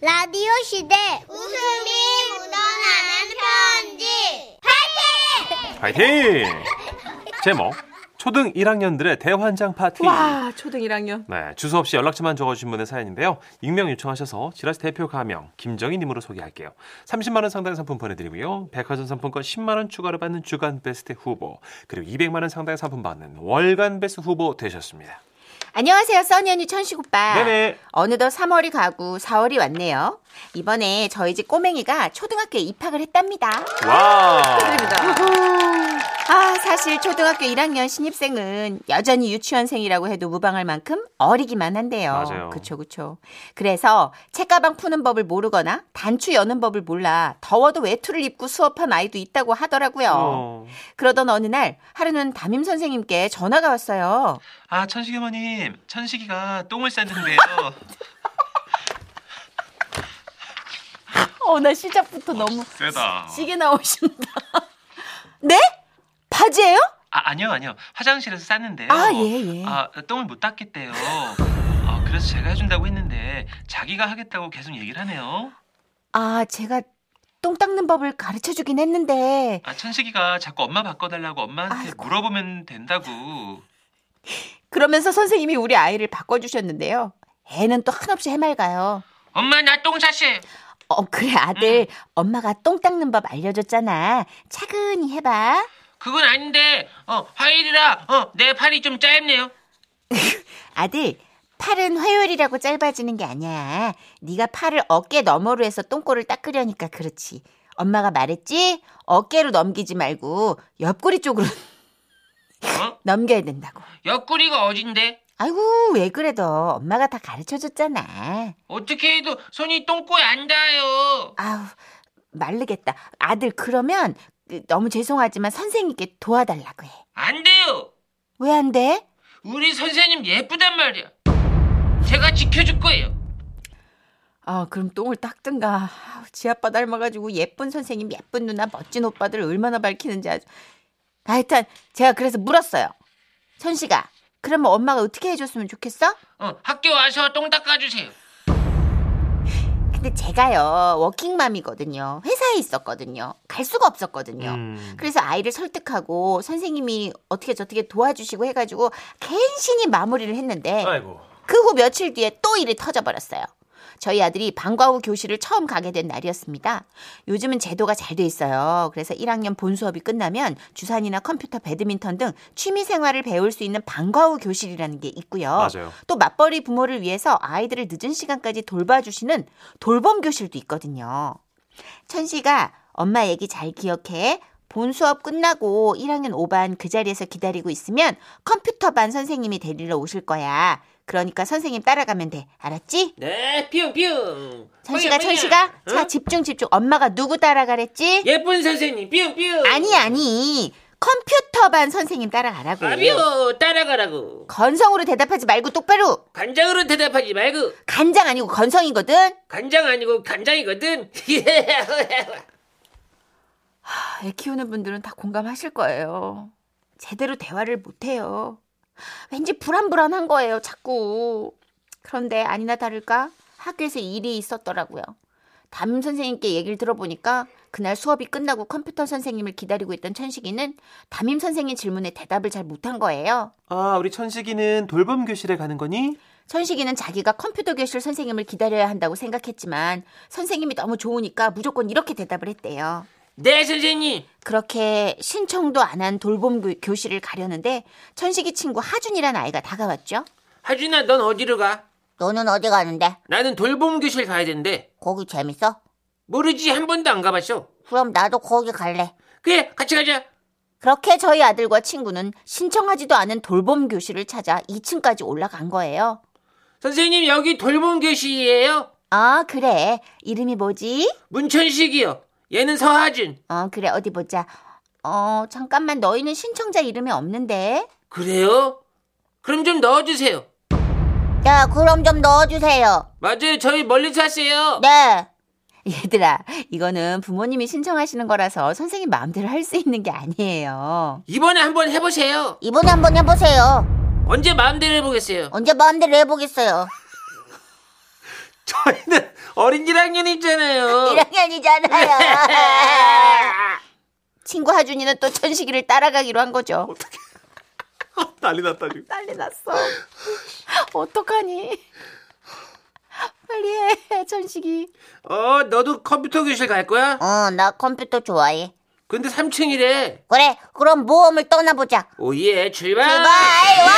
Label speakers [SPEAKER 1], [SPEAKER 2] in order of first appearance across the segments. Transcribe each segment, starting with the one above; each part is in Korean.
[SPEAKER 1] 라디오 시대 웃음이 묻어나는 편지 파이팅!
[SPEAKER 2] 파이팅! 제목 초등 1학년들의 대환장 파티.
[SPEAKER 3] 와 초등 1학년
[SPEAKER 2] 네, 주소 없이 연락처만 적어주신 분의 사연인데요. 익명 요청하셔서 지라시 대표 가명 김정희님으로 소개할게요. 30만 원 상당의 상품 보내드리고요. 백화점 상품권 10만 원 추가로 받는 주간 베스트 후보 그리고 200만 원 상당의 상품 받는 월간 베스트 후보 되셨습니다.
[SPEAKER 3] 안녕하세요 써니 언니 천식 오빠
[SPEAKER 2] 네네.
[SPEAKER 3] 어느덧 3월이 가고 4월이 왔네요 이번에 저희 집 꼬맹이가 초등학교에 입학을 했답니다
[SPEAKER 2] 와.
[SPEAKER 3] 아 사실 초등학교 1학년 신입생은 여전히 유치원생이라고 해도 무방할 만큼 어리기만 한데요
[SPEAKER 2] 맞아요.
[SPEAKER 3] 그쵸 그쵸 그래서 책가방 푸는 법을 모르거나 단추 여는 법을 몰라 더워도 외투를 입고 수업한 아이도 있다고 하더라고요
[SPEAKER 2] 어.
[SPEAKER 3] 그러던 어느 날 하루는 담임 선생님께 전화가 왔어요
[SPEAKER 4] 아 천식이 어머님 천식이가 똥을 쌌는데요
[SPEAKER 3] 어, 나 시작부터 너무
[SPEAKER 5] 아.
[SPEAKER 4] 세다
[SPEAKER 3] 시게 나오신다. 네? 바지예요?
[SPEAKER 4] 아 아니요 아니요 화장실에서 쌌는데요
[SPEAKER 3] 아, 예, 예.
[SPEAKER 4] 아 똥을 못 닦겠대요 아 그래서 제가 해준다고 했는데 자기가 하겠다고 계속 얘기를 하네요
[SPEAKER 3] 아, 제가 똥 닦는 법을 가르쳐 주긴 했는데
[SPEAKER 4] 아 천식이가 자꾸 엄마 바꿔달라고 엄마한테
[SPEAKER 3] 아이고.
[SPEAKER 4] 물어보면 된다고
[SPEAKER 3] 그러면서 선생님이 우리 아이를 바꿔 주셨는데요. 애는 또 한없이 해맑아요.
[SPEAKER 4] 엄마 나 똥 쌌어
[SPEAKER 3] 어, 그래 아들. 엄마가 똥 닦는 법 알려 줬잖아. 차근히 해 봐.
[SPEAKER 4] 그건 아닌데 어 화일이라 어내 팔이 좀 짧네요
[SPEAKER 3] 아들. 팔은 화요일이라고 짧아지는 게 아니야. 네가 팔을 어깨 너머로 해서 똥꼬를 닦으려니까 그렇지. 엄마가 말했지? 어깨로 넘기지 말고 옆구리 쪽으로
[SPEAKER 4] 어
[SPEAKER 3] 넘겨야 된다고.
[SPEAKER 4] 옆구리가 어딘데
[SPEAKER 3] 아이고 왜 그래도 엄마가 다 가르쳐줬잖아.
[SPEAKER 4] 어떻게 해도 손이 똥꼬에 안 닿아요
[SPEAKER 3] 아우 말르겠다. 아들 그러면 그, 너무 죄송하지만 선생님께 도와달라고 해.
[SPEAKER 4] 안 돼요
[SPEAKER 3] 왜 안 돼?
[SPEAKER 4] 우리 선생님 예쁘단 말이야. 제가 지켜줄 거예요.
[SPEAKER 3] 아 그럼 똥을 닦든가. 아우, 지 아빠 닮아가지고 예쁜 선생님, 예쁜 누나, 멋진 오빠들 얼마나 밝히는지 아주. 하여튼 제가 그래서 물었어요. 천식아, 그러면 뭐 엄마가 어떻게 해줬으면 좋겠어?
[SPEAKER 4] 어, 학교 와서 똥 닦아주세요.
[SPEAKER 3] 근데 제가요 워킹맘이거든요. 회사에 있었거든요. 갈 수가 없었거든요.
[SPEAKER 2] 음.
[SPEAKER 3] 그래서 아이를 설득하고 선생님이 어떻게 저떻게 도와주시고 해가지고 갠신히 마무리를 했는데
[SPEAKER 2] 아이고.
[SPEAKER 3] 그 후 며칠 뒤에 또 일이 터져버렸어요. 저희 아들이 방과 후 교실을 처음 가게 된 날이었습니다. 요즘은 제도가 잘 돼 있어요. 그래서 1학년 본 수업이 끝나면 주산이나 컴퓨터, 배드민턴 등 취미 생활을 배울 수 있는 방과 후 교실이라는 게 있고요.
[SPEAKER 2] 맞아요.
[SPEAKER 3] 또 맞벌이 부모를 위해서 아이들을 늦은 시간까지 돌봐주시는 돌봄 교실도 있거든요. 천식아, 엄마 얘기 잘 기억해. 본 수업 끝나고 1학년 5반 그 자리에서 기다리고 있으면 컴퓨터 반 선생님이 데리러 오실 거야. 그러니까 선생님 따라가면 돼. 알았지?
[SPEAKER 5] 네, 뿅뿅.
[SPEAKER 3] 천식아,
[SPEAKER 5] 뭐야, 뭐야.
[SPEAKER 3] 천식아.
[SPEAKER 5] 어?
[SPEAKER 3] 자, 집중, 집중. 엄마가 누구 따라가랬지?
[SPEAKER 5] 예쁜 선생님, 뿅뿅.
[SPEAKER 3] 아니, 아니. 컴퓨터 반 선생님 따라가라고.
[SPEAKER 5] 아비오 따라가라고.
[SPEAKER 3] 건성으로 대답하지 말고 똑바로.
[SPEAKER 5] 간장으로 대답하지 말고
[SPEAKER 3] 간장 아니고 건성이거든.
[SPEAKER 5] 간장 아니고 간장이거든.
[SPEAKER 3] 애 키우는 분들은 다 공감하실 거예요. 제대로 대화를 못해요. 왠지 불안불안한 거예요, 자꾸. 그런데 아니나 다를까 학교에서 일이 있었더라고요. 담임 선생님께 얘기를 들어보니까 그날 수업이 끝나고 컴퓨터 선생님을 기다리고 있던 천식이는 담임 선생님 질문에 대답을 잘 못한 거예요.
[SPEAKER 2] 아, 우리 천식이는 돌봄 교실에 가는 거니?
[SPEAKER 3] 천식이는 자기가 컴퓨터 교실 선생님을 기다려야 한다고 생각했지만 선생님이 너무 좋으니까 무조건 이렇게 대답을 했대요.
[SPEAKER 5] 네, 선생님.
[SPEAKER 3] 그렇게 신청도 안 한 돌봄 교- 교실을 가려는데 천식이 친구 하준이란 아이가 다가왔죠.
[SPEAKER 5] 하준아, 넌 어디로 가?
[SPEAKER 3] 너는 어디 가는데?
[SPEAKER 5] 나는 돌봄 교실 가야 된대.
[SPEAKER 3] 거기 재밌어?
[SPEAKER 5] 모르지 한 번도 안 가봤어.
[SPEAKER 3] 그럼 나도 거기 갈래.
[SPEAKER 5] 그래, 같이 가자.
[SPEAKER 3] 그렇게 저희 아들과 친구는 신청하지도 않은 돌봄 교실을 찾아 2층까지 올라간 거예요.
[SPEAKER 5] 선생님, 여기 돌봄 교실이에요.
[SPEAKER 3] 아, 그래. 이름이 뭐지?
[SPEAKER 5] 문천식이요. 얘는 서하준.
[SPEAKER 3] 어, 그래. 어디 보자. 어, 잠깐만. 너희는 신청자 이름이 없는데.
[SPEAKER 5] 그래요? 그럼 좀 넣어주세요.
[SPEAKER 3] 야, 그럼 좀 넣어주세요.
[SPEAKER 5] 맞아요, 저희 멀리서 하세요.
[SPEAKER 3] 네. 얘들아, 이거는 부모님이 신청하시는 거라서 선생님 마음대로 할 수 있는 게 아니에요.
[SPEAKER 5] 이번에 한번 해보세요.
[SPEAKER 3] 이번에 한번 해보세요.
[SPEAKER 5] 언제 마음대로 해보겠어요.
[SPEAKER 3] 언제 마음대로 해보겠어요.
[SPEAKER 2] 저희는
[SPEAKER 5] 어린 1학년
[SPEAKER 3] 어.
[SPEAKER 5] 있잖아요.
[SPEAKER 3] 1학년이잖아요. 친구 하준이는 또 천식이를 따라가기로 한 거죠.
[SPEAKER 2] 어떻게? 어, 난리 났다 지금.
[SPEAKER 3] 난리 났어. 어떡하니? 빨리 해, 천식이.
[SPEAKER 5] 어, 너도 컴퓨터 교실 갈 거야?
[SPEAKER 1] 어, 나 컴퓨터 좋아해.
[SPEAKER 5] 근데 3층이래.
[SPEAKER 1] 그래, 그럼 모험을 떠나보자.
[SPEAKER 5] 오예, 출발!
[SPEAKER 1] 바이, 와!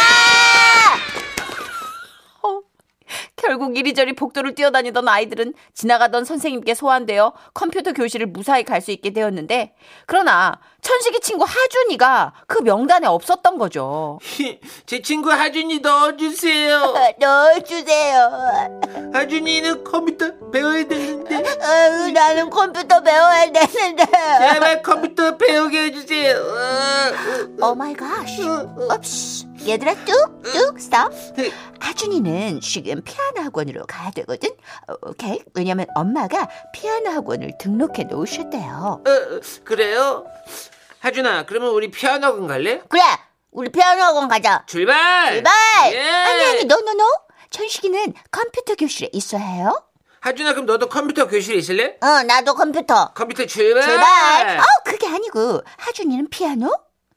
[SPEAKER 3] 결국 이리저리 복도를 뛰어다니던 아이들은 지나가던 선생님께 소환되어 컴퓨터 교실을 무사히 갈 수 있게 되었는데, 그러나 천식이 친구 하준이가 그 명단에 없었던 거죠.
[SPEAKER 5] 제 친구 하준이 넣어주세요.
[SPEAKER 1] 넣어주세요.
[SPEAKER 5] 하준이는 컴퓨터 배워야 되는데
[SPEAKER 1] 아유, 나는 컴퓨터 배워야 되는데.
[SPEAKER 5] 제발 컴퓨터 배우게 해주세요. 어,
[SPEAKER 1] 오 마이 갓. 업시. 얘들아, 뚝, 뚝, 스톱.
[SPEAKER 3] 하준이는 지금 피아노 학원으로 가야 되거든. 어, 오케이. 왜냐면 엄마가 피아노 학원을 등록해 놓으셨대요.
[SPEAKER 5] 어, 어, 그래요? 하준아, 그러면 우리 피아노 학원 갈래?
[SPEAKER 1] 그래, 우리 피아노 학원 가자.
[SPEAKER 5] 출발!
[SPEAKER 1] 출발!
[SPEAKER 5] 예!
[SPEAKER 3] 아니 아니 노노노. 천식이는 컴퓨터 교실에 있어야 해요.
[SPEAKER 5] 하준아, 그럼 너도 컴퓨터 교실에 있을래?
[SPEAKER 1] 어, 나도 컴퓨터.
[SPEAKER 5] 컴퓨터 출발! 예.
[SPEAKER 1] 출발!
[SPEAKER 3] 어 그게 아니고 하준이는 피아노.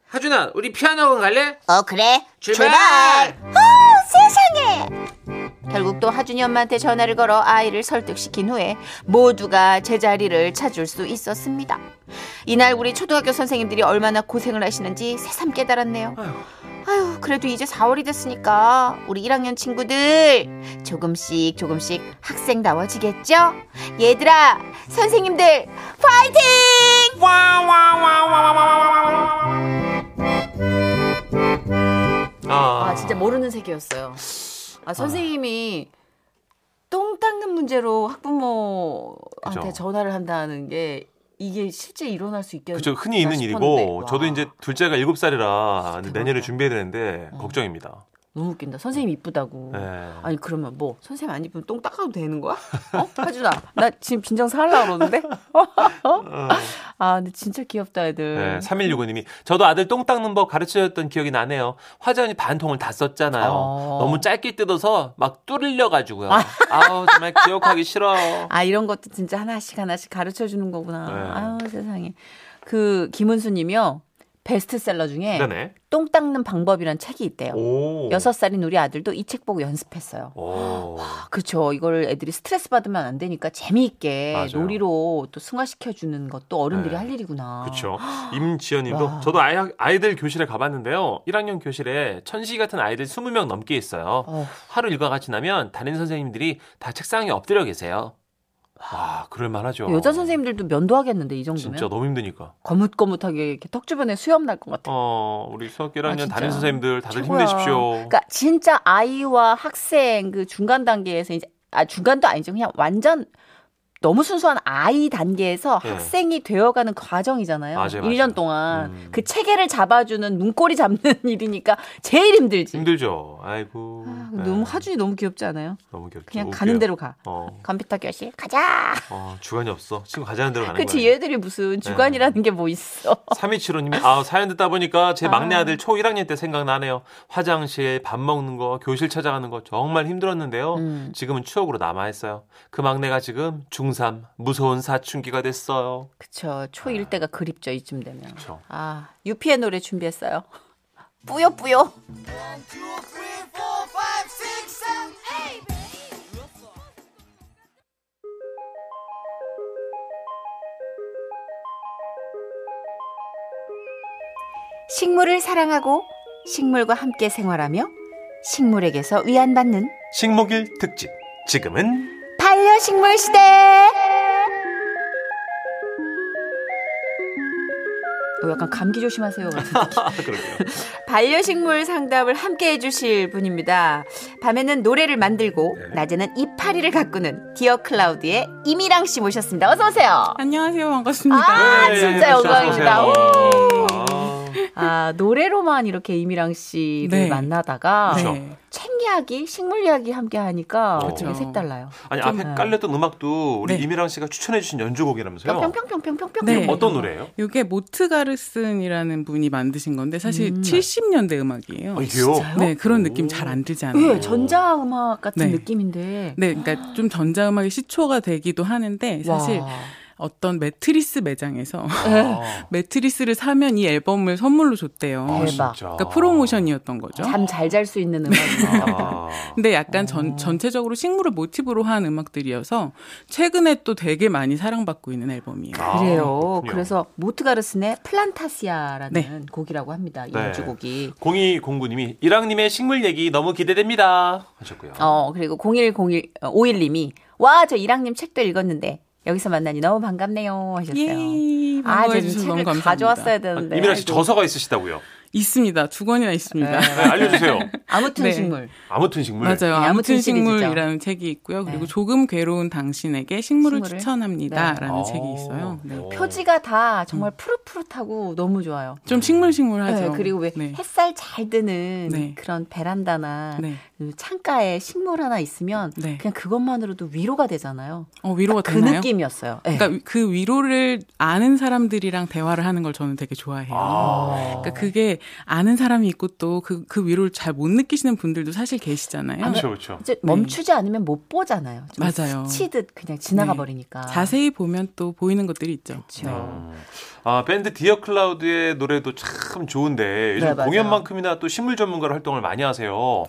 [SPEAKER 5] 하준아, 우리 피아노 학원 갈래?
[SPEAKER 1] 어, 그래.
[SPEAKER 5] 출발!
[SPEAKER 1] 어, 세상에!
[SPEAKER 3] 결국 또 하준이 엄마한테 전화를 걸어 아이를 설득시킨 후에 모두가 제자리를 찾을 수 있었습니다. 이날 우리 초등학교 선생님들이 얼마나 고생을 하시는지 새삼 깨달았네요. 아휴, 그래도 이제 4월이 됐으니까 우리 1학년 친구들 조금씩 조금씩 학생다워지겠죠? 얘들아, 선생님들 파이팅! 아 진짜 모르는 세계였어요. 아 선생님이 똥 닦는 문제로 학부모한테
[SPEAKER 2] 그죠.
[SPEAKER 3] 전화를 한다는 게 이게 실제 일어날 수 있겠나?
[SPEAKER 2] 그죠 흔히 있는 일이고 저도 이제 둘째가 일곱 살이라 내년에 준비해야 되는데 걱정입니다.
[SPEAKER 3] 너무 웃긴다. 선생님 이쁘다고.
[SPEAKER 2] 네.
[SPEAKER 3] 어. 아니 그러면 뭐 선생님 안 이쁘면 똥 닦아도 되는 거야? 어? 하준아 나 지금 빈정 사려고 그러는데?
[SPEAKER 2] 어.
[SPEAKER 3] 아 근데 진짜 귀엽다 애들.
[SPEAKER 2] 네, 3165님이 저도 아들 똥 닦는 법 가르쳐줬던 기억이 나네요. 화전이 반 통을 다 썼잖아요.
[SPEAKER 3] 어.
[SPEAKER 2] 너무 짧게 뜯어서 막 뚫려가지고요. 아우 정말 기억하기 싫어요.
[SPEAKER 3] 아 이런 것도 진짜 하나씩 하나씩 가르쳐 주는 거구나.
[SPEAKER 2] 네.
[SPEAKER 3] 아유 세상에. 그 김은수님이요 베스트셀러 중에
[SPEAKER 2] 네네.
[SPEAKER 3] 똥 닦는 방법이란 책이 있대요.
[SPEAKER 2] 오.
[SPEAKER 3] 여섯 살인 우리 아들도 이 책 보고 연습했어요.
[SPEAKER 2] 오.
[SPEAKER 3] 아, 그렇죠. 이걸 애들이 스트레스 받으면 안 되니까 재미있게
[SPEAKER 2] 맞아요.
[SPEAKER 3] 놀이로 또 승화시켜 주는 것도 어른들이
[SPEAKER 2] 네.
[SPEAKER 3] 할 일이구나.
[SPEAKER 2] 그렇죠. 임지연님도
[SPEAKER 3] 아. 와.
[SPEAKER 2] 저도 아이, 아이들 교실에 가봤는데요. 1학년 교실에 천시 같은 아이들 20명 넘게 있어요.
[SPEAKER 3] 어,
[SPEAKER 2] 하루 일과가 지나면 담임 선생님들이 다 책상에 엎드려 계세요. 와, 그럴만하죠.
[SPEAKER 3] 여자 선생님들도 면도하겠는데 이 정도면
[SPEAKER 2] 어. 진짜 너무 힘드니까.
[SPEAKER 3] 거뭇거뭇하게 이렇게 턱 주변에 수염 날 것 같아.
[SPEAKER 2] 어, 우리 수학교 1학년
[SPEAKER 3] 아, 진짜.
[SPEAKER 2] 담임 선생님들 다들
[SPEAKER 3] 최고야.
[SPEAKER 2] 힘내십시오.
[SPEAKER 3] 그러니까 진짜 아이와 학생 그 중간 단계에서 이제 아 중간도 아니죠. 그냥 완전 너무 순수한 아이 단계에서
[SPEAKER 2] 네.
[SPEAKER 3] 학생이 되어가는 과정이잖아요.
[SPEAKER 2] 맞아요, 맞아요.
[SPEAKER 3] 1년 동안
[SPEAKER 2] 음.
[SPEAKER 3] 그 체계를 잡아주는 눈꼬리 잡는 일이니까 제일 힘들지.
[SPEAKER 2] 힘들죠. 아이고.
[SPEAKER 3] 아,
[SPEAKER 2] 네.
[SPEAKER 3] 너무 하준이 너무 귀엽지 않아요?
[SPEAKER 2] 너무 귀엽죠.
[SPEAKER 3] 그냥
[SPEAKER 2] 웃겨요.
[SPEAKER 3] 가는 대로 가.
[SPEAKER 2] 어,
[SPEAKER 3] 컴퓨터 교실 가자.
[SPEAKER 2] 어, 주관이 없어. 친구 가자는 대로 가는
[SPEAKER 3] 그치
[SPEAKER 2] 거야.
[SPEAKER 3] 얘들이 무슨 주관이라는 게 뭐
[SPEAKER 2] 네.
[SPEAKER 3] 있어?
[SPEAKER 2] 3275님이 아, 사연 듣다 보니까 제 막내 아들 초 1학년 때 생각나네요. 화장실, 밥 먹는 거, 교실 찾아가는 거 정말 힘들었는데요.
[SPEAKER 3] 음.
[SPEAKER 2] 지금은 추억으로 남아 있어요. 그 막내가 지금 중3 무서운 사춘기가 됐어요.
[SPEAKER 3] 그쵸 초일 때가 그립죠 이쯤 되면.
[SPEAKER 2] 아. 그쵸.
[SPEAKER 3] 아 유피의 노래 준비했어요. 뿌요 뿌요. 식물을 사랑하고 식물과 함께 생활하며 식물에게서 위안받는
[SPEAKER 2] 식목일 특집. 지금은
[SPEAKER 3] 반려식물 시대. 어, 약간 감기 조심하세요. 같은
[SPEAKER 2] 아, 그러게요.
[SPEAKER 3] 반려식물 상담을 함께 해주실 분입니다. 밤에는 노래를 만들고 낮에는 이파리를 가꾸는 디어 클라우드의 이미랑 씨 모셨습니다. 어서 오세요.
[SPEAKER 6] 안녕하세요. 반갑습니다.
[SPEAKER 3] 아
[SPEAKER 2] 네,
[SPEAKER 3] 진짜
[SPEAKER 2] 어서
[SPEAKER 3] 영광입니다.
[SPEAKER 2] 오세요.
[SPEAKER 3] 오.
[SPEAKER 2] 아,
[SPEAKER 3] 아 노래로만 이렇게 이미랑 씨를
[SPEAKER 6] 네.
[SPEAKER 3] 만나다가
[SPEAKER 2] 그렇죠.
[SPEAKER 6] 네.
[SPEAKER 3] 책
[SPEAKER 7] 이야기, 식물 이야기 함께 하니까
[SPEAKER 2] 그렇죠.
[SPEAKER 7] 되게 색달라요.
[SPEAKER 2] 아니
[SPEAKER 6] 좀-
[SPEAKER 2] 앞에 깔렸던 음악도 우리
[SPEAKER 6] 네.
[SPEAKER 2] 이미랑 씨가 추천해주신 연주곡이라면서요?
[SPEAKER 7] 뿅뿅뿅뿅뿅뿅.
[SPEAKER 6] 네.
[SPEAKER 2] 어떤 노래예요?
[SPEAKER 6] 이게 모트가르슨이라는 분이 만드신 건데 사실
[SPEAKER 7] 음.
[SPEAKER 6] 70년대 음악이에요.
[SPEAKER 2] 아, 이게요?
[SPEAKER 6] 네, 그런
[SPEAKER 2] 오.
[SPEAKER 6] 느낌 잘 안 들잖아요.
[SPEAKER 3] 네,
[SPEAKER 7] 예, 전자음악 같은
[SPEAKER 6] 네.
[SPEAKER 7] 느낌인데.
[SPEAKER 6] 네, 그러니까 좀 전자음악의 시초가 되기도 하는데 사실
[SPEAKER 7] 와.
[SPEAKER 6] 어떤 매트리스 매장에서
[SPEAKER 2] 아,
[SPEAKER 6] 매트리스를 사면 이 앨범을 선물로 줬대요.
[SPEAKER 2] 아, 진짜.
[SPEAKER 7] 대박.
[SPEAKER 6] 그러니까 프로모션이었던 거죠.
[SPEAKER 7] 잠 잘 잘 수 있는 음악이에요.
[SPEAKER 2] 아,
[SPEAKER 6] 근데 약간 전, 전체적으로 식물을 모티브로 한 음악들이어서 최근에 또 되게 많이 사랑받고 있는 앨범이에요.
[SPEAKER 2] 아,
[SPEAKER 7] 그래요.
[SPEAKER 2] 그렇군요.
[SPEAKER 7] 그래서 모트가르슨의 플란타시아라는
[SPEAKER 6] 네.
[SPEAKER 7] 곡이라고 합니다. 이
[SPEAKER 2] 네.
[SPEAKER 7] 연주곡이.
[SPEAKER 2] 0209님이 이랑님의 식물 얘기 너무 기대됩니다 하셨고요.
[SPEAKER 7] 어, 그리고 0101, 51님이, 와, 저 1학년 책도 읽었는데, 여기서 만나니 너무 반갑네요. 하셨어요.
[SPEAKER 6] 예,
[SPEAKER 7] 아, 저 지금
[SPEAKER 6] 반가워해 주셔서
[SPEAKER 7] 책을
[SPEAKER 6] 너무 감사합니다.
[SPEAKER 7] 가져왔어야
[SPEAKER 2] 아,
[SPEAKER 6] 네,
[SPEAKER 7] 되는데.
[SPEAKER 2] 이미랑 씨
[SPEAKER 7] 아이고.
[SPEAKER 2] 저서가 있으시다고요?
[SPEAKER 6] 있습니다. 두 권이나 있습니다.
[SPEAKER 2] 네, 알려주세요.
[SPEAKER 7] 아무튼
[SPEAKER 6] 아, 네.
[SPEAKER 7] 식물.
[SPEAKER 2] 아무튼 식물.
[SPEAKER 6] 맞아요.
[SPEAKER 7] 네, 아무튼
[SPEAKER 6] 아무튼
[SPEAKER 7] 시리즈죠.
[SPEAKER 6] 식물이라는 책이 있고요. 그리고
[SPEAKER 7] 네.
[SPEAKER 6] 조금 괴로운 당신에게 식물을
[SPEAKER 7] 식물을?
[SPEAKER 6] 추천합니다라는
[SPEAKER 2] 아,
[SPEAKER 6] 책이 있어요. 네.
[SPEAKER 2] 어.
[SPEAKER 7] 표지가 다 정말 푸릇푸릇하고 너무 좋아요.
[SPEAKER 6] 좀 식물식물하죠.
[SPEAKER 7] 네, 그리고 왜
[SPEAKER 6] 음. 네.
[SPEAKER 7] 햇살 잘 드는
[SPEAKER 6] 네.
[SPEAKER 7] 그런 베란다나
[SPEAKER 6] 네.
[SPEAKER 7] 그 창가에 식물 하나 있으면
[SPEAKER 6] 네.
[SPEAKER 7] 그냥 그것만으로도 위로가 되잖아요.
[SPEAKER 6] 어, 위로가
[SPEAKER 7] 그
[SPEAKER 6] 되나요?
[SPEAKER 7] 느낌이었어요. 네.
[SPEAKER 6] 그러니까 그 위로를 아는 사람들이랑 대화를 하는 걸 저는 되게 좋아해요.
[SPEAKER 2] 아.
[SPEAKER 6] 그러니까 그게 아는 사람이 있고 또 그 그 위로를 잘 못 느끼시는 분들도 사실 계시잖아요.
[SPEAKER 2] 그렇죠, 그렇죠.
[SPEAKER 7] 이제 멈추지 않으면 못 보잖아요. 좀
[SPEAKER 6] 네. 맞아요.
[SPEAKER 7] 스치듯 그냥 지나가
[SPEAKER 6] 네.
[SPEAKER 7] 버리니까.
[SPEAKER 6] 자세히 보면 또 보이는 것들이 있죠.
[SPEAKER 7] 그렇죠.
[SPEAKER 2] 아, 밴드 디어 클라우드의 노래도 참 좋은데 요즘
[SPEAKER 7] 네, 맞아요.
[SPEAKER 2] 공연만큼이나 또 식물 전문가로 활동을 많이 하세요.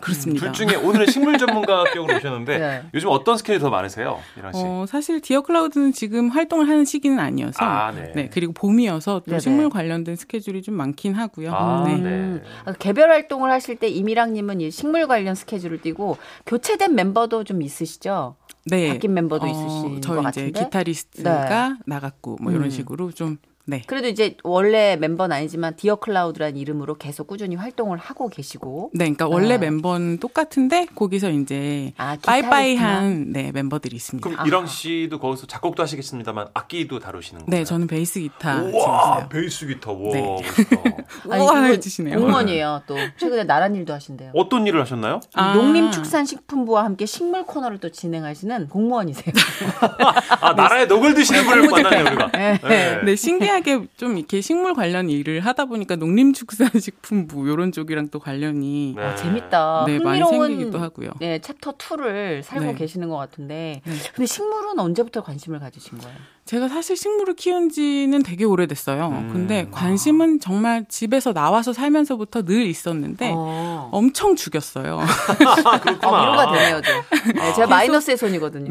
[SPEAKER 2] 둘
[SPEAKER 6] 그렇습니다.
[SPEAKER 2] 중에 오늘은 식물 전문가격으로 오셨는데
[SPEAKER 7] 네.
[SPEAKER 2] 요즘 어떤 스케일이 더 많으세요, 이랑 아, 씨?
[SPEAKER 6] 어, 사실 디어 클라우드는 지금 활동을 하는 시기는 아니어서
[SPEAKER 2] 아, 네.
[SPEAKER 6] 그리고 봄이어서 또
[SPEAKER 7] 네네.
[SPEAKER 6] 식물 관련된 스케줄이 좀 많긴 하고요.
[SPEAKER 2] 아,
[SPEAKER 6] 네.
[SPEAKER 2] 네.
[SPEAKER 7] 아, 개별 활동을 하실 때 이미랑님은 이 식물 관련 스케줄을 띄고 교체된 멤버도 좀 있으시죠?
[SPEAKER 6] 네.
[SPEAKER 7] 바뀐 멤버도
[SPEAKER 6] 어,
[SPEAKER 7] 있으신 것
[SPEAKER 6] 저희 이제
[SPEAKER 7] 같은데. 네.
[SPEAKER 6] 기타리스트가 나갔고 뭐 이런
[SPEAKER 7] 음.
[SPEAKER 6] 식으로 좀 네.
[SPEAKER 7] 그래도 이제 원래 멤버는 아니지만 디어 클라우드란 이름으로 계속 꾸준히 활동을 하고 계시고
[SPEAKER 6] 네, 그러니까 원래
[SPEAKER 7] 아.
[SPEAKER 6] 멤버는 똑같은데 거기서 이제
[SPEAKER 7] 아,
[SPEAKER 6] 빠이빠이한 네, 멤버들이 있습니다.
[SPEAKER 2] 그럼
[SPEAKER 7] 아하.
[SPEAKER 2] 이랑 씨도 거기서 작곡도 하시겠습니다만 악기도 다루시는 거예요?
[SPEAKER 6] 네, 저는 베이스
[SPEAKER 7] 아,
[SPEAKER 6] 기타 치고
[SPEAKER 2] 우와,
[SPEAKER 6] 있어요.
[SPEAKER 2] 베이스 기타. 와,
[SPEAKER 6] 네.
[SPEAKER 2] 멋있다.
[SPEAKER 6] 우와,
[SPEAKER 7] 그분
[SPEAKER 6] 해주시네요.
[SPEAKER 7] 공무원이에요. 또 최근에 나란 일도 하신대요.
[SPEAKER 2] 어떤 일을 하셨나요?
[SPEAKER 6] 아.
[SPEAKER 7] 농림축산식품부와 함께 식물 코너를 또 진행하시는 공무원이세요.
[SPEAKER 2] 아, 나라의 녹을 드시는 분을 만나네요, 우리가.
[SPEAKER 7] 네.
[SPEAKER 2] 네.
[SPEAKER 6] 네, 신기하게 좀 이렇게 식물 관련 일을 하다 보니까 농림축산식품부 뭐 요런 쪽이랑 또 관련이
[SPEAKER 2] 네.
[SPEAKER 7] 아, 재밌다.
[SPEAKER 6] 네, 많이
[SPEAKER 7] 흥미로운
[SPEAKER 6] 생기기도 하고요.
[SPEAKER 7] 네, 챕터 2를 살고
[SPEAKER 6] 네.
[SPEAKER 7] 계시는 것 같은데.
[SPEAKER 6] 네.
[SPEAKER 7] 근데 식물은 언제부터 관심을 가지신 거예요?
[SPEAKER 6] 제가 사실 식물을 키운 지는 되게 오래됐어요.
[SPEAKER 2] 음.
[SPEAKER 6] 근데 관심은 정말 집에서 나와서 살면서부터 늘 있었는데
[SPEAKER 7] 어.
[SPEAKER 6] 엄청 죽였어요.
[SPEAKER 2] 아, 그렇구나.
[SPEAKER 7] 아, 위로가 되네요, 좀. 네, 제가 마이너스의 손이거든요.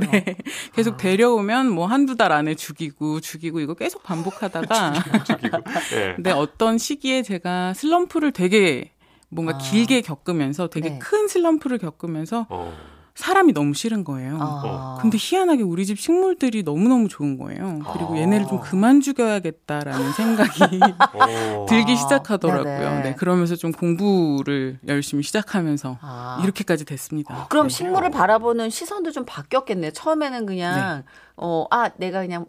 [SPEAKER 6] 계속 데려오면 뭐 한두 달 안에 죽이고 죽이고 이거 계속 반복하다가
[SPEAKER 2] 죽이고. 네.
[SPEAKER 6] 근데 어떤 시기에 제가 슬럼프를 되게 뭔가
[SPEAKER 7] 아.
[SPEAKER 6] 길게 겪으면서 되게
[SPEAKER 7] 네.
[SPEAKER 6] 큰 슬럼프를 겪으면서
[SPEAKER 2] 어.
[SPEAKER 6] 사람이 너무 싫은 거예요.
[SPEAKER 7] 아.
[SPEAKER 6] 근데 희한하게 우리 집 식물들이 너무너무 좋은 거예요. 그리고
[SPEAKER 2] 아.
[SPEAKER 6] 얘네를 좀 그만 죽여야겠다라는 생각이
[SPEAKER 2] 어.
[SPEAKER 6] 들기 시작하더라고요.
[SPEAKER 7] 네네.
[SPEAKER 6] 네, 그러면서 좀 공부를 열심히 시작하면서
[SPEAKER 7] 아. 어,
[SPEAKER 6] 이렇게까지 됐습니다.
[SPEAKER 7] 그럼
[SPEAKER 6] 네.
[SPEAKER 7] 식물을 바라보는 시선도 좀 바뀌었겠네요. 처음에는
[SPEAKER 6] 네.
[SPEAKER 7] 그냥 어, 아, 내가 그냥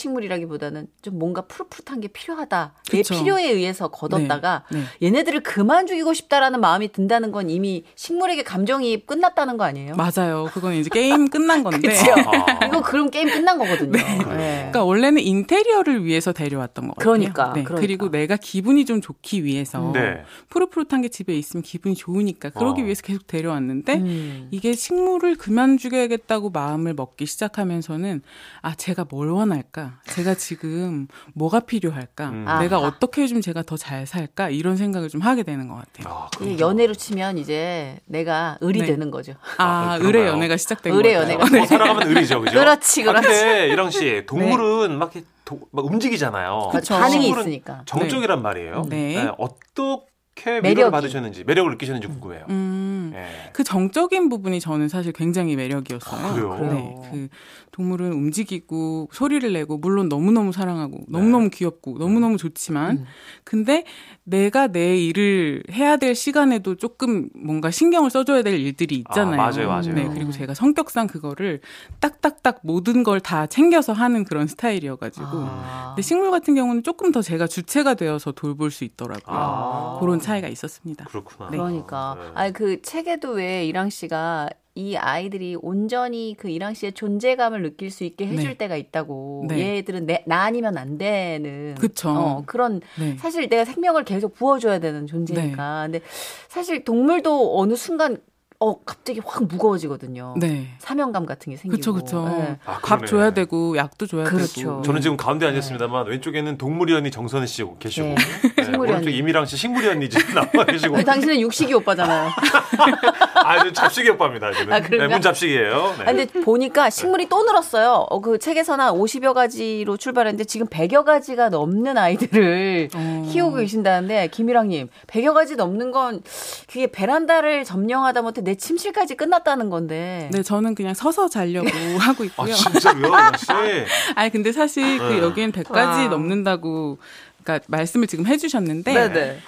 [SPEAKER 7] 반려식물이라기보다는 좀 뭔가 푸릇푸릇한 게 필요하다. 내
[SPEAKER 6] 그쵸.
[SPEAKER 7] 필요에 의해서 걷었다가
[SPEAKER 6] 네.
[SPEAKER 7] 얘네들을 그만 죽이고 싶다라는 마음이 든다는 건 이미 식물에게 감정이 끝났다는 거 아니에요?
[SPEAKER 6] 맞아요. 그건 이제 게임 끝난 건데.
[SPEAKER 2] 아하.
[SPEAKER 7] 이거 그럼 게임 끝난 거거든요. 네.
[SPEAKER 6] 그러니까 원래는 인테리어를 위해서 데려왔던 것 같아요.
[SPEAKER 7] 그러니까,
[SPEAKER 6] 네,
[SPEAKER 7] 그러니까.
[SPEAKER 6] 그리고 내가 기분이 좀 좋기 위해서
[SPEAKER 2] 네.
[SPEAKER 6] 푸릇푸릇한 게 집에 있으면 기분이 좋으니까 그러기
[SPEAKER 2] 어.
[SPEAKER 6] 위해서 계속 데려왔는데
[SPEAKER 7] 음.
[SPEAKER 6] 이게 식물을 그만 죽여야겠다고 마음을 먹기 시작하면서는 아 제가 뭘 원할까? 제가 지금 뭐가 필요할까?
[SPEAKER 2] 음.
[SPEAKER 6] 내가
[SPEAKER 7] 아하.
[SPEAKER 6] 어떻게 해주면 제가 더 잘 살까? 이런 생각을 좀 하게 되는 것 같아요.
[SPEAKER 2] 아,
[SPEAKER 7] 이게
[SPEAKER 2] 그렇구나.
[SPEAKER 7] 연애로 치면 이제 내가 을이
[SPEAKER 6] 네.
[SPEAKER 7] 되는 거죠.
[SPEAKER 6] 아,
[SPEAKER 2] 아, 그런가요?
[SPEAKER 6] 의뢰 연애가 시작된
[SPEAKER 7] 의뢰
[SPEAKER 6] 거예요.
[SPEAKER 7] 연애가.
[SPEAKER 2] 뭐 살아가면 의리죠, 그죠?
[SPEAKER 7] 그렇지,
[SPEAKER 2] 아,
[SPEAKER 7] 그렇지.
[SPEAKER 2] 근데 이랑 씨, 동물은 막, 이렇게 도- 막 움직이잖아요.
[SPEAKER 6] 그쵸.
[SPEAKER 7] 반응이
[SPEAKER 2] 식물은
[SPEAKER 7] 있으니까.
[SPEAKER 2] 정적이란 말이에요.
[SPEAKER 6] 네.
[SPEAKER 2] 어떻게
[SPEAKER 7] 매력이.
[SPEAKER 2] 매력을 받으셨는지, 매력을 느끼셨는지 궁금해요.
[SPEAKER 6] 음.
[SPEAKER 2] 예.
[SPEAKER 6] 그 정적인 부분이 저는 사실 굉장히 매력이었어요.
[SPEAKER 2] 아, 그래요?
[SPEAKER 6] 네, 그 동물은 움직이고 소리를 내고 물론 너무너무 사랑하고
[SPEAKER 2] 네.
[SPEAKER 6] 너무너무 귀엽고
[SPEAKER 2] 음.
[SPEAKER 6] 너무너무 좋지만
[SPEAKER 7] 음.
[SPEAKER 6] 근데 내가 내 일을 해야 될 시간에도 조금 뭔가 신경을 써줘야 될 일들이 있잖아요.
[SPEAKER 2] 아, 맞아요, 맞아요.
[SPEAKER 6] 네, 그리고 제가 성격상 그거를 딱딱딱 모든 걸 다 챙겨서 하는 그런 스타일이어가지고
[SPEAKER 7] 아.
[SPEAKER 6] 근데 식물 같은 경우는 조금 더 제가 주체가 되어서 돌볼 수 있더라고요.
[SPEAKER 2] 아.
[SPEAKER 6] 그런 차이가 있었습니다.
[SPEAKER 2] 그렇구나.
[SPEAKER 7] 그러니까
[SPEAKER 2] 네.
[SPEAKER 7] 아니 그 책에도 왜 이랑 씨가 이 아이들이 온전히 그 이랑 씨의 존재감을 느낄 수 있게 해줄
[SPEAKER 6] 네.
[SPEAKER 7] 때가 있다고
[SPEAKER 6] 네.
[SPEAKER 7] 얘들은 내, 나 아니면 안 되는
[SPEAKER 6] 그쵸.
[SPEAKER 7] 어, 그런
[SPEAKER 6] 네.
[SPEAKER 7] 사실 내가 생명을 계속 부어줘야 되는 존재니까 근데 사실 동물도 어느 순간 어 갑자기 확 무거워지거든요
[SPEAKER 6] 네.
[SPEAKER 7] 사명감 같은 게 생기고
[SPEAKER 6] 그쵸, 그쵸.
[SPEAKER 7] 네.
[SPEAKER 2] 아,
[SPEAKER 6] 예. 밥
[SPEAKER 2] 그러네.
[SPEAKER 6] 줘야 되고 약도 줘야
[SPEAKER 7] 그렇죠.
[SPEAKER 6] 되고.
[SPEAKER 2] 저는 지금 가운데 앉았습니다만 왼쪽에는 동물이 언니 정선희 씨 계시고
[SPEAKER 7] 네.
[SPEAKER 2] 네,
[SPEAKER 7] 식물이
[SPEAKER 2] 오른쪽
[SPEAKER 7] 언니.
[SPEAKER 2] 이미랑 씨 식물이 언니 지금 나와 계시고
[SPEAKER 7] 아니, 그 당신은 육식이 오빠잖아요
[SPEAKER 2] 아 지금 잡식이 오빠입니다 지금
[SPEAKER 7] 아, 그런가?
[SPEAKER 2] 네, 문 잡식이에요. 네.
[SPEAKER 7] 아, 근데 보니까 식물이 또 늘었어요. 어, 그 책에서는 50여 가지로 출발했는데 지금 100여 가지가 넘는 아이들을
[SPEAKER 6] 어.
[SPEAKER 7] 키우고 계신다는데 김일랑님 100여 가지 넘는 건 그게 베란다를 점령하다 못해 내 침실까지 끝났다는 건데
[SPEAKER 6] 네, 저는 그냥 서서 자려고 하고
[SPEAKER 2] 아
[SPEAKER 6] 있고요.
[SPEAKER 2] 진짜요, 이랑 씨.
[SPEAKER 6] 아니 근데 사실 그
[SPEAKER 2] 네.
[SPEAKER 6] 여기엔 100가지 넘는다고 그러니까 말씀을 지금 해 주셨는데
[SPEAKER 7] 네네.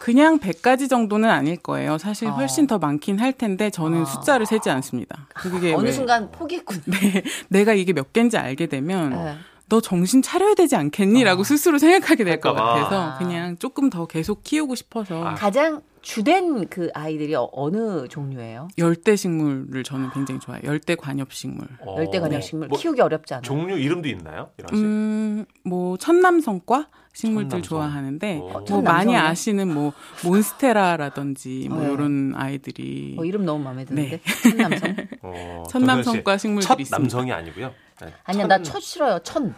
[SPEAKER 6] 그냥 100가지 정도는 아닐 거예요. 사실
[SPEAKER 7] 어.
[SPEAKER 6] 훨씬 더 많긴 할 텐데 저는
[SPEAKER 7] 어.
[SPEAKER 6] 숫자를 세지 않습니다. 그게
[SPEAKER 7] 어느
[SPEAKER 6] 왜
[SPEAKER 7] 순간 포기했군.
[SPEAKER 6] 네, 내가 이게 몇 개인지 알게 되면
[SPEAKER 7] 네. 아.
[SPEAKER 6] 너 정신 차려야 되지 않겠니라고 스스로 생각하게 될 것
[SPEAKER 2] 그럴까 봐. 아,
[SPEAKER 6] 같아서 그냥 조금 더 계속 키우고 싶어서
[SPEAKER 7] 가장 주된 그 아이들이 어- 어느 종류예요?
[SPEAKER 6] 열대 식물을 저는 굉장히 좋아해요. 열대 관엽 식물.
[SPEAKER 2] 어,
[SPEAKER 7] 열대관엽 식물
[SPEAKER 2] 뭐,
[SPEAKER 7] 키우기 어렵지 않아요?
[SPEAKER 2] 종류 이름도 있나요, 이랑 씨?
[SPEAKER 6] 음, 뭐 천남성과 식물들
[SPEAKER 2] 천남성.
[SPEAKER 6] 좋아하는데
[SPEAKER 2] 어.
[SPEAKER 6] 뭐
[SPEAKER 7] 천남성이요?
[SPEAKER 6] 많이 아시는 뭐 몬스테라라든지 뭐
[SPEAKER 7] 네.
[SPEAKER 6] 이런 아이들이
[SPEAKER 7] 어, 이름 너무 마음에 드는데 천남성?
[SPEAKER 2] 어, 정선희 씨.
[SPEAKER 6] 천남성과 식물들이
[SPEAKER 2] 첫
[SPEAKER 6] 있습니다.
[SPEAKER 2] 남성이 아니고요. 네,
[SPEAKER 7] 아니야
[SPEAKER 2] 첫-
[SPEAKER 7] 나 첫 싫어요 천.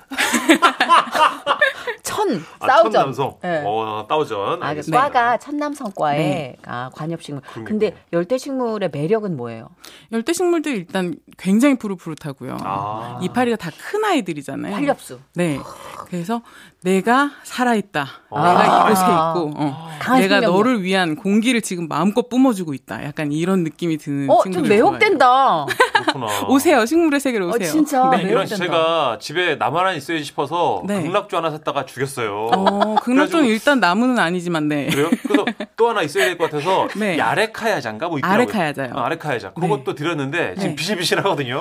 [SPEAKER 7] 천
[SPEAKER 2] 아,
[SPEAKER 7] 싸우죠.
[SPEAKER 2] 첫 남성.
[SPEAKER 7] 네.
[SPEAKER 2] 어, 따오전.
[SPEAKER 7] 아, 그
[SPEAKER 2] 알겠습니다.
[SPEAKER 7] 과가 천남성과의
[SPEAKER 6] 네.
[SPEAKER 7] 아, 관엽식물.
[SPEAKER 2] 그런 게
[SPEAKER 7] 근데
[SPEAKER 2] 있군요.
[SPEAKER 7] 열대식물의 매력은 뭐예요?
[SPEAKER 6] 열대 식물들 일단 굉장히 푸릇푸릇하고요.
[SPEAKER 2] 아.
[SPEAKER 6] 이파리가 다 큰 아이들이잖아요.
[SPEAKER 7] 활엽수.
[SPEAKER 6] 네. 그래서 내가 살아있다.
[SPEAKER 2] 아.
[SPEAKER 6] 내가 이곳에 있고, 어.
[SPEAKER 7] 아. 강한
[SPEAKER 6] 내가
[SPEAKER 7] 생명력.
[SPEAKER 6] 너를 위한 공기를 지금 마음껏 뿜어주고 있다. 약간 이런 느낌이 드는
[SPEAKER 7] 어, 좀
[SPEAKER 6] 그 친구들.
[SPEAKER 7] 매혹된다.
[SPEAKER 2] 그렇구나.
[SPEAKER 6] 오세요. 식물의 세계로
[SPEAKER 7] 어,
[SPEAKER 6] 오세요.
[SPEAKER 7] 진짜
[SPEAKER 2] 네, 이런 씨
[SPEAKER 7] 매혹된다.
[SPEAKER 2] 제가 집에 나만 하나 있어야지 싶어서
[SPEAKER 6] 네.
[SPEAKER 2] 극락주 하나 샀다가 죽였어요.
[SPEAKER 6] 어, 극락종
[SPEAKER 2] 그래가지고-
[SPEAKER 6] 일단 나무는 아니지만, 네.
[SPEAKER 2] 그래요? 그래서 또 하나 있어야 될 것 같아서
[SPEAKER 6] 네.
[SPEAKER 2] 이 아레카야자인가 뭐 있더라고요.
[SPEAKER 6] 아레카야자요.
[SPEAKER 2] 아, 아레카야자.
[SPEAKER 6] 네.
[SPEAKER 2] 그것도 드렸는데 지금
[SPEAKER 6] 네.
[SPEAKER 2] 비실비실하거든요.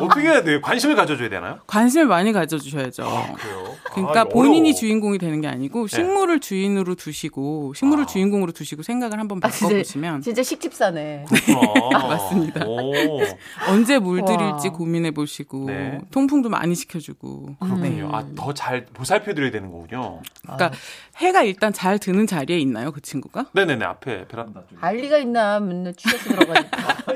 [SPEAKER 2] 어떻게 해야 돼요? 관심을 가져줘야 되나요?
[SPEAKER 6] 관심을 많이 가져주셔야죠.
[SPEAKER 2] 그래요.
[SPEAKER 6] 그러니까
[SPEAKER 2] 아,
[SPEAKER 6] 본인이
[SPEAKER 2] 어려워. 네.
[SPEAKER 6] 주인공이 되는 게 아니고 식물을 주인으로 두시고
[SPEAKER 2] 아.
[SPEAKER 6] 식물을 주인공으로 두시고 생각을 한번
[SPEAKER 7] 아, 진짜,
[SPEAKER 6] 바꿔보시면
[SPEAKER 7] 진짜 식집사네.
[SPEAKER 2] 그렇구나.
[SPEAKER 6] 맞습니다.
[SPEAKER 2] 아. 오,
[SPEAKER 6] 언제 물들일지
[SPEAKER 7] 와.
[SPEAKER 6] 고민해 보시고
[SPEAKER 2] 네.
[SPEAKER 6] 통풍도 많이 시켜주고
[SPEAKER 2] 그렇군요. 아, 더 잘 보살펴드려야 되는 거군요.
[SPEAKER 7] 아.
[SPEAKER 6] 그러니까 해가 일단 잘 드는 자리에 있나요 그 친구가?
[SPEAKER 2] 네네네, 앞에 베란다 쪽에.
[SPEAKER 6] 아.
[SPEAKER 2] 아,
[SPEAKER 7] 알리가 있나 맨날 취해서 들어가니까.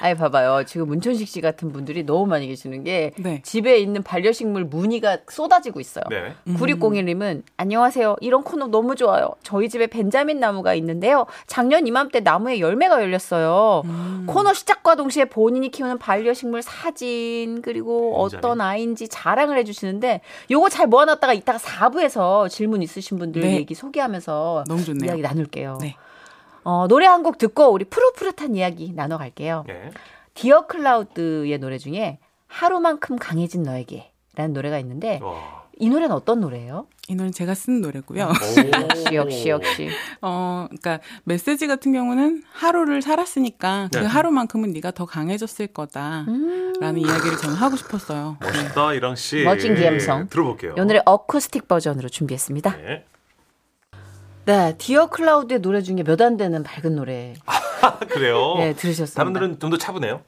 [SPEAKER 7] 아니 봐봐요. 지금 문천식 씨 같은 분들이 너무 많이 계시는 게
[SPEAKER 6] 네.
[SPEAKER 7] 집에 있는 반려식물 문의가 쏟아지고 있어요.
[SPEAKER 2] 네.
[SPEAKER 6] 음.
[SPEAKER 7] 9601님은 안녕하세요. 이런 코너 너무 좋아요. 저희 집에 벤자민 나무가 있는데요. 작년 이맘때 나무에 열매가 열렸어요.
[SPEAKER 6] 음.
[SPEAKER 7] 코너 시작과 동시에 본인이 키우는 반려식물 사진 그리고
[SPEAKER 2] 벤자민.
[SPEAKER 7] 어떤 아이인지 자랑을 해주시는데 요거 잘 모아놨다가 이따가 4부에서 질문 있으신 분들
[SPEAKER 6] 네.
[SPEAKER 7] 얘기 소개하면서
[SPEAKER 6] 너무 좋네요.
[SPEAKER 7] 이야기 나눌게요.
[SPEAKER 6] 네.
[SPEAKER 7] 어, 노래 한 곡 듣고 우리 푸릇푸릇한 이야기 나눠갈게요.
[SPEAKER 2] 예.
[SPEAKER 7] 디어 클라우드의 노래 중에 하루만큼 강해진 너에게 라는 노래가
[SPEAKER 2] 어.
[SPEAKER 7] 있는데
[SPEAKER 2] 와.
[SPEAKER 7] 이 노래는 어떤 노래예요?
[SPEAKER 6] 이 노래는 제가 쓴 노래고요.
[SPEAKER 2] 오.
[SPEAKER 7] 역시 역시 역시.
[SPEAKER 6] 어, 그러니까 메시지 같은 경우는 하루를 살았으니까
[SPEAKER 2] 네.
[SPEAKER 6] 그 하루만큼은 네가 더 강해졌을 거다라는
[SPEAKER 7] 음.
[SPEAKER 6] 이야기를 저는 하고 싶었어요.
[SPEAKER 2] 멋있다, 이랑 씨.
[SPEAKER 7] 멋진 기염성.
[SPEAKER 2] 들어볼게요.
[SPEAKER 7] 오늘의 어쿠스틱 버전으로 준비했습니다.
[SPEAKER 2] 네.
[SPEAKER 7] 네, 디어 클라우드의 노래 중에 몇 안 되는 밝은 노래
[SPEAKER 2] 아, 그래요.
[SPEAKER 7] 네, 들으셨습니다.
[SPEAKER 2] 다른 분들은 좀 더 차분해요.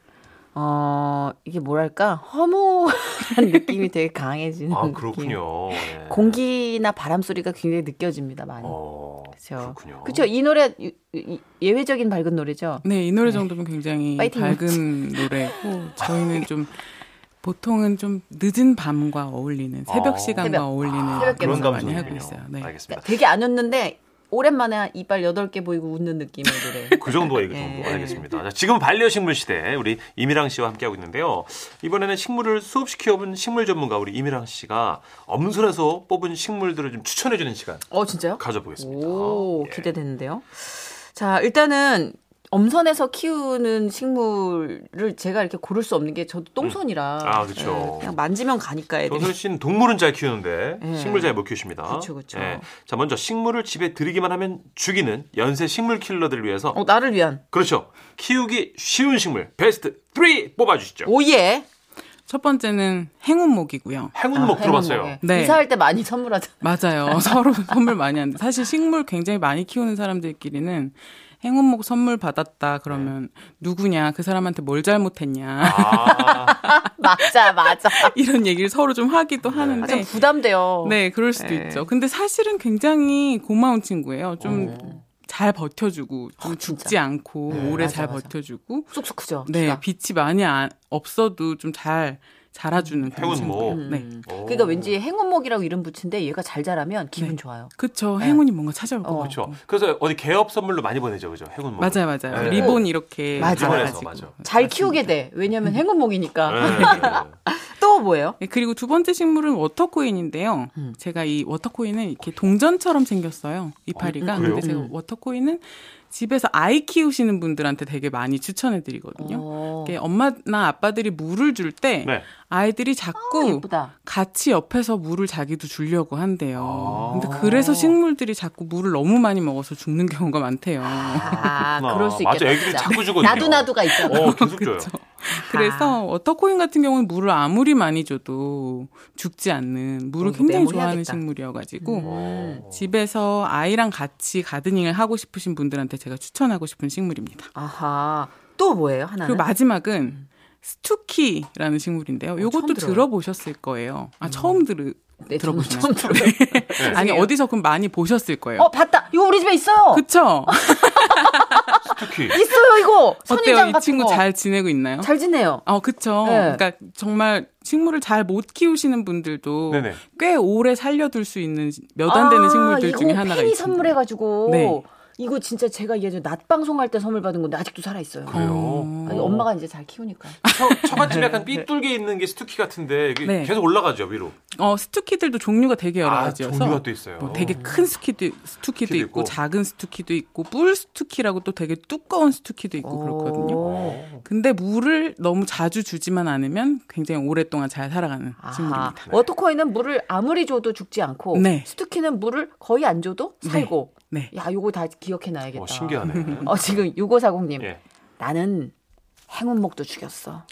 [SPEAKER 7] 어 이게 뭐랄까 허무한 느낌이 되게
[SPEAKER 6] 네,
[SPEAKER 7] 강해지는
[SPEAKER 2] 아,
[SPEAKER 7] 느낌.
[SPEAKER 2] 그렇군요. 네.
[SPEAKER 7] 공기나 바람 소리가 굉장히 느껴집니다 많이.
[SPEAKER 2] 어,
[SPEAKER 7] 그렇죠.
[SPEAKER 2] 그렇군요.
[SPEAKER 7] 그렇죠. 이 노래 이- 이- 예외적인 밝은 노래죠.
[SPEAKER 6] 네, 이 노래 정도면 굉장히
[SPEAKER 7] 파이팅.
[SPEAKER 6] 밝은 노래고 저희는 좀 보통은 좀 늦은 밤과 어울리는 새벽
[SPEAKER 2] 아.
[SPEAKER 6] 시간과
[SPEAKER 7] 새벽.
[SPEAKER 6] 어울리는
[SPEAKER 7] 새벽
[SPEAKER 6] 그런
[SPEAKER 2] 그런
[SPEAKER 7] 감성
[SPEAKER 6] 걸 많이
[SPEAKER 2] 감성이군요.
[SPEAKER 6] 하고 있어요. 네.
[SPEAKER 2] 알겠습니다.
[SPEAKER 7] 그러니까 되게 안 웃는데 오랜만에 이빨 여덟 개 보이고 웃는 느낌의 노래.
[SPEAKER 2] 그 정도가 이거 정도
[SPEAKER 7] 네.
[SPEAKER 2] 알겠습니다. 자, 지금 반려식물 시대 우리 이미랑 씨와 함께하고 있는데요. 이번에는 식물을 수없이 키워본 식물 전문가 우리 이미랑 씨가 엄선해서 뽑은 식물들을 좀 추천해주는 시간
[SPEAKER 7] 어 진짜요?
[SPEAKER 2] 가져보겠습니다.
[SPEAKER 7] 오,
[SPEAKER 2] 예.
[SPEAKER 7] 기대되는데요. 자, 일단은 엄선에서 키우는 식물을 제가 이렇게 고를 수 없는 게 저도 똥손이라.
[SPEAKER 2] 아, 그쵸.
[SPEAKER 7] 예, 그냥 만지면 가니까 애들이.
[SPEAKER 2] 정선 씨는 동물은 잘 키우는데
[SPEAKER 7] 예.
[SPEAKER 2] 식물 잘 못 키우십니다. 예.
[SPEAKER 7] 그쵸, 그쵸.
[SPEAKER 2] 자, 먼저 식물을 집에 들이기만 하면 죽이는 연쇄 식물 킬러들을 위해서
[SPEAKER 7] 어, 나를 위한.
[SPEAKER 2] 그렇죠. 키우기 쉬운 식물 베스트 3 뽑아주시죠.
[SPEAKER 7] 오예.
[SPEAKER 6] 첫 번째는 행운목이고요.
[SPEAKER 2] 행운목 들어봤어요.
[SPEAKER 7] 아, 행운목에.
[SPEAKER 6] 네.
[SPEAKER 7] 이사할 때 많이 선물하잖아.
[SPEAKER 6] 맞아요. 서로 선물 많이 하는데 사실 식물 굉장히 많이 키우는 사람들끼리는 행운목 선물 받았다 그러면
[SPEAKER 2] 네.
[SPEAKER 6] 누구냐 그 사람한테 뭘 잘못했냐
[SPEAKER 2] 아,
[SPEAKER 7] 맞아, 맞아.
[SPEAKER 6] 이런 얘기를 서로 좀 하기도 하는데
[SPEAKER 7] 네. 아, 좀 부담돼요.
[SPEAKER 6] 네, 그럴 수도
[SPEAKER 7] 네.
[SPEAKER 6] 있죠. 근데 사실은 굉장히 고마운 친구예요. 좀 잘 버텨주고,
[SPEAKER 7] 어,
[SPEAKER 6] 좀 죽지 않고, 오래
[SPEAKER 7] 아, 네, 맞아,
[SPEAKER 6] 잘
[SPEAKER 7] 맞아. 아,
[SPEAKER 6] 버텨주고,
[SPEAKER 7] 쑥쑥 크죠.
[SPEAKER 6] 네,
[SPEAKER 7] 키가.
[SPEAKER 6] 빛이 많이 안- 없어도 좀 잘 자라주는 그런
[SPEAKER 2] 행운목. 뭐.
[SPEAKER 6] 친구예요. 네.
[SPEAKER 7] 음.
[SPEAKER 2] 오.
[SPEAKER 7] 그러니까 왠지 행운목이라고 이름 붙인데 얘가 잘 자라면 기분
[SPEAKER 6] 네.
[SPEAKER 7] 좋아요.
[SPEAKER 6] 그쵸.
[SPEAKER 7] 네.
[SPEAKER 6] 행운이 뭔가 찾아올 것
[SPEAKER 7] 어.
[SPEAKER 6] 같고.
[SPEAKER 2] 그렇죠. 그래서 어디 개업 선물로 많이 보내죠, 그죠? 행운목.
[SPEAKER 6] 맞아요, 맞아요.
[SPEAKER 2] 네.
[SPEAKER 6] 리본 이렇게.
[SPEAKER 7] 맞아.
[SPEAKER 6] 달아가지고.
[SPEAKER 2] 리본에서, 맞아.
[SPEAKER 7] 잘 키우게 돼.
[SPEAKER 6] 음.
[SPEAKER 7] 왜냐면
[SPEAKER 6] 아,
[SPEAKER 2] 네.
[SPEAKER 7] 행운목이니까. 또 뭐예요?
[SPEAKER 6] 네, 그리고 두 번째 식물은 워터코인인데요.
[SPEAKER 7] 음.
[SPEAKER 6] 제가 이 워터코인은 이렇게 동전처럼 생겼어요.
[SPEAKER 7] 아,
[SPEAKER 6] 이파리가.
[SPEAKER 2] 음, 그래요?
[SPEAKER 6] 근데 제가 워터코인은 집에서 아이 키우시는 분들한테 되게 많이 추천해드리거든요.
[SPEAKER 7] 어,
[SPEAKER 6] 이게 엄마나 아빠들이 물을 줄 때
[SPEAKER 2] 네.
[SPEAKER 6] 아이들이 자꾸
[SPEAKER 7] 예쁘다.
[SPEAKER 6] 같이 옆에서 물을 자기도 주려고 한대요.
[SPEAKER 2] 아.
[SPEAKER 6] 근데 그래서 식물들이 자꾸 물을 너무 많이 먹어서 죽는 경우가 많대요.
[SPEAKER 7] 아,
[SPEAKER 2] 그렇구나.
[SPEAKER 7] 그럴 수 있겠다.
[SPEAKER 2] 맞아, 애기들
[SPEAKER 7] 진짜.
[SPEAKER 2] 자꾸 주거든요.
[SPEAKER 7] 나도 나도가 있잖아.
[SPEAKER 2] 어, 계속 줘요.
[SPEAKER 6] 그래서 워터코인 같은 경우는 물을 아무리 많이 줘도 죽지 않는
[SPEAKER 7] 그럼
[SPEAKER 6] 물을
[SPEAKER 7] 이거
[SPEAKER 6] 굉장히 좋아하는
[SPEAKER 7] 어, 메모해야겠다.
[SPEAKER 6] 식물이어가지고
[SPEAKER 7] 음.
[SPEAKER 2] 어.
[SPEAKER 6] 집에서 아이랑 같이 가드닝을 하고 싶으신 분들한테 제가 추천하고 싶은 식물입니다.
[SPEAKER 7] 아하. 또 뭐예요? 하나는.
[SPEAKER 6] 그리고 마지막은 스투키라는 식물인데요.
[SPEAKER 7] 처음
[SPEAKER 6] 요것도
[SPEAKER 7] 아. 음. 들어요.
[SPEAKER 6] 들어보셨을 거예요. 아, 처음 들으,
[SPEAKER 7] 네, 저는
[SPEAKER 6] 들어보시나요?
[SPEAKER 7] 처음 들어요.
[SPEAKER 6] 아니 어디서 그럼 많이 보셨을 거예요.
[SPEAKER 7] 어, 봤다. 이거 우리 집에 있어요.
[SPEAKER 6] 그쵸?
[SPEAKER 2] 특히
[SPEAKER 7] 있어요, 이거.
[SPEAKER 6] 그 어때요?
[SPEAKER 7] 선인장
[SPEAKER 6] 이
[SPEAKER 7] 같은
[SPEAKER 6] 친구
[SPEAKER 7] 거.
[SPEAKER 6] 잘 지내고 있나요?
[SPEAKER 7] 잘 지내요.
[SPEAKER 6] 어, 그쵸.
[SPEAKER 7] 네.
[SPEAKER 6] 그러니까 정말 식물을 잘 못 키우시는 분들도
[SPEAKER 2] 네네.
[SPEAKER 6] 꽤 오래 살려둘 수 있는 몇 안 되는
[SPEAKER 7] 아,
[SPEAKER 6] 식물들 중에
[SPEAKER 7] 이거
[SPEAKER 6] 하나가
[SPEAKER 7] 팬이
[SPEAKER 6] 있습니다.
[SPEAKER 7] 선물해가지고
[SPEAKER 6] 네.
[SPEAKER 7] 이거 진짜 제가 예전 낮 방송할 때 선물 받은 건데 아직도 살아 있어요.
[SPEAKER 2] 그래요.
[SPEAKER 7] 아니, 엄마가 네. 이제 잘 키우니까.
[SPEAKER 2] 처갓집에 약간 삐뚤게 있는 게 스투키 같은데 이게
[SPEAKER 6] 네.
[SPEAKER 2] 계속 올라가죠 위로.
[SPEAKER 6] 어, 스투키들도 종류가 되게 여러
[SPEAKER 2] 아
[SPEAKER 6] 가지여서
[SPEAKER 2] 종류가 또 있어요.
[SPEAKER 6] 뭐 되게 큰 스투키도, 스투키도
[SPEAKER 2] 스투키도
[SPEAKER 6] 있고,
[SPEAKER 2] 있고.
[SPEAKER 6] 작은 스투키도 있고 뿔 스투키라고 또 되게 두꺼운 스투키도 있고 아, 그렇거든요.
[SPEAKER 2] 어.
[SPEAKER 6] 근데 물을 너무 자주 주지만 않으면 굉장히 오랫동안 잘 살아가는
[SPEAKER 7] 아하.
[SPEAKER 6] 식물입니다.
[SPEAKER 7] 워터코인은 물을 아무리 줘도 죽지 않고
[SPEAKER 6] 네.
[SPEAKER 7] 스투키는 물을 거의 안 줘도 살고.
[SPEAKER 6] 네.
[SPEAKER 7] 야, 요거 다 기억해 놔야겠다. 네.
[SPEAKER 2] 어, 신기하네.
[SPEAKER 7] 어, 지금 6540님.
[SPEAKER 2] 예.
[SPEAKER 7] 나는 행운목도 죽였어.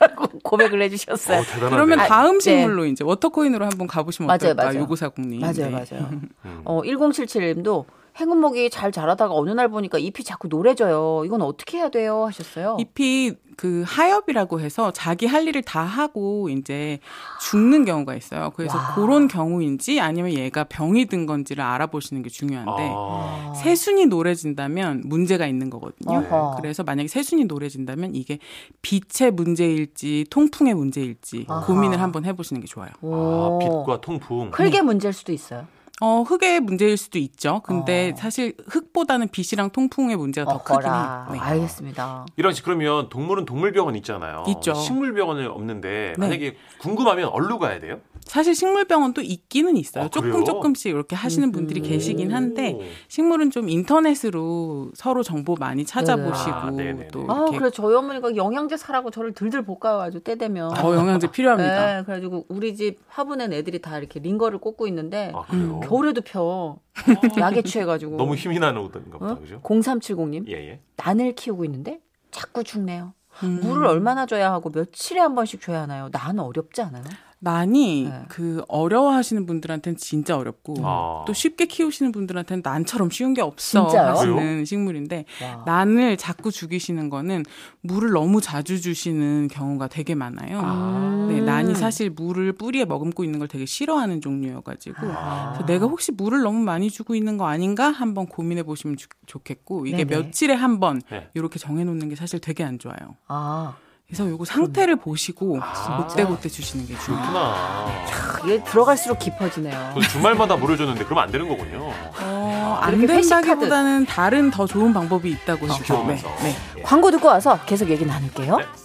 [SPEAKER 7] 라고 고백을 해주셨어요.
[SPEAKER 2] 어, 대단하네.
[SPEAKER 6] 그러면
[SPEAKER 7] 아,
[SPEAKER 6] 다음
[SPEAKER 7] 네.
[SPEAKER 6] 식물로 이제 워터코인으로 한번 가보시면
[SPEAKER 7] 맞아요,
[SPEAKER 6] 어떨까
[SPEAKER 7] 맞아요.
[SPEAKER 6] 요고사공님.
[SPEAKER 7] 맞아요,
[SPEAKER 6] 네.
[SPEAKER 7] 맞아요.
[SPEAKER 2] 음.
[SPEAKER 7] 어, 1077님도 행운목이 잘 자라다가 어느 날 보니까 잎이 자꾸 노래져요. 이건 어떻게 해야 돼요? 하셨어요.
[SPEAKER 6] 잎이 그 하엽이라고 해서 자기 할 일을 다 하고 이제 죽는 경우가 있어요. 그래서
[SPEAKER 7] 와.
[SPEAKER 6] 그런 경우인지 아니면 얘가 병이 든 건지를 알아보시는 게 중요한데
[SPEAKER 2] 아.
[SPEAKER 7] 아.
[SPEAKER 6] 새순이 노래진다면 문제가 있는 거거든요.
[SPEAKER 7] 어허.
[SPEAKER 6] 그래서 만약에 새순이 노래진다면 이게 빛의 문제일지 통풍의 문제일지
[SPEAKER 7] 아하.
[SPEAKER 6] 고민을 한번 해보시는 게 좋아요. 음.
[SPEAKER 2] 아,
[SPEAKER 7] 오. 음.
[SPEAKER 2] 빛과 통풍.
[SPEAKER 7] 흙의 문제일 수도 있어요.
[SPEAKER 6] 어, 흙의 문제일 수도 있죠. 근데
[SPEAKER 7] 어.
[SPEAKER 6] 사실 흙보다는 빛이랑 통풍의 문제가 더 크긴 해요.
[SPEAKER 7] 어거라.
[SPEAKER 6] 네.
[SPEAKER 7] 알겠습니다.
[SPEAKER 2] 이런 식 그러면 동물은 동물병원 있잖아요.
[SPEAKER 6] 있죠.
[SPEAKER 2] 식물병원은 없는데
[SPEAKER 6] 네.
[SPEAKER 2] 만약에 궁금하면 얼루 가야 돼요?
[SPEAKER 6] 사실 식물병원도 있기는 있어요.
[SPEAKER 2] 아, 그래요?
[SPEAKER 6] 조금 조금씩 이렇게 하시는 분들이
[SPEAKER 7] 음.
[SPEAKER 6] 계시긴 한데
[SPEAKER 2] 오.
[SPEAKER 6] 식물은 좀 인터넷으로 서로 정보 많이 찾아보시고
[SPEAKER 2] 아, 네네네.
[SPEAKER 6] 또
[SPEAKER 7] 네. 아,
[SPEAKER 6] 이렇게
[SPEAKER 7] 그래 저희 어머니가 영양제 사라고 저를 들들 볶아가지고 때 되면.
[SPEAKER 6] 어, 영양제 필요합니다.
[SPEAKER 7] 네, 그래가지고 우리 집 화분엔 애들이 다 이렇게 링거를 꽂고 있는데
[SPEAKER 2] 아,
[SPEAKER 6] 음, 어.
[SPEAKER 2] 그래요?
[SPEAKER 7] 겨울에도 펴
[SPEAKER 2] 아,
[SPEAKER 7] 약에
[SPEAKER 6] 뭐
[SPEAKER 7] 취해가지고.
[SPEAKER 2] 너무 힘이 나는 옷인가 보다.
[SPEAKER 7] 어?
[SPEAKER 2] 그죠?
[SPEAKER 7] 0370님
[SPEAKER 2] 예, 예.
[SPEAKER 7] 난을 키우고 있는데 자꾸 죽네요.
[SPEAKER 6] 음.
[SPEAKER 7] 물을 얼마나 줘야 하고 며칠에 한 번씩 줘야 하나요? 난 어렵지 않아요?
[SPEAKER 6] 많이
[SPEAKER 7] 네.
[SPEAKER 6] 그 어려워하시는 분들한테는 진짜 어렵고
[SPEAKER 2] 아.
[SPEAKER 6] 또 쉽게 키우시는 분들한테는 난처럼 쉬운 게 없어
[SPEAKER 7] 진짜요?
[SPEAKER 6] 하시는 식물인데
[SPEAKER 7] 와.
[SPEAKER 6] 난을 자꾸 죽이시는 거는 물을 너무 자주 주시는 경우가 되게 많아요.
[SPEAKER 2] 아.
[SPEAKER 6] 네, 난이 사실 물을 뿌리에 머금고 있는 걸 되게 싫어하는 종류여가지고
[SPEAKER 2] 아.
[SPEAKER 6] 그래서 내가 혹시 물을 너무 많이 주고 있는 거 아닌가 한번 고민해 보시면 좋- 좋겠고 이게
[SPEAKER 7] 네네.
[SPEAKER 6] 며칠에 한 번
[SPEAKER 2] 네.
[SPEAKER 6] 이렇게 정해놓는 게 사실 되게 안 좋아요.
[SPEAKER 7] 아,
[SPEAKER 6] 그래서 요거 상태를 보시고
[SPEAKER 2] 아.
[SPEAKER 6] 못대 못대 주시는 게 중요해요.
[SPEAKER 2] 그렇구나.
[SPEAKER 7] 그게 들어갈수록 깊어지네요.
[SPEAKER 2] 그럼 주말마다 물을 줬는데 그러면 안 되는 거군요.
[SPEAKER 6] 어, 안
[SPEAKER 7] 이렇게 회식하듯.
[SPEAKER 6] 된다기보다는 다른 더 좋은 방법이 있다고 해요.
[SPEAKER 2] 아, 지켜보면서.
[SPEAKER 6] 네, 네.
[SPEAKER 2] 예.
[SPEAKER 7] 광고 듣고 와서 계속 얘기 나눌게요.
[SPEAKER 2] 네.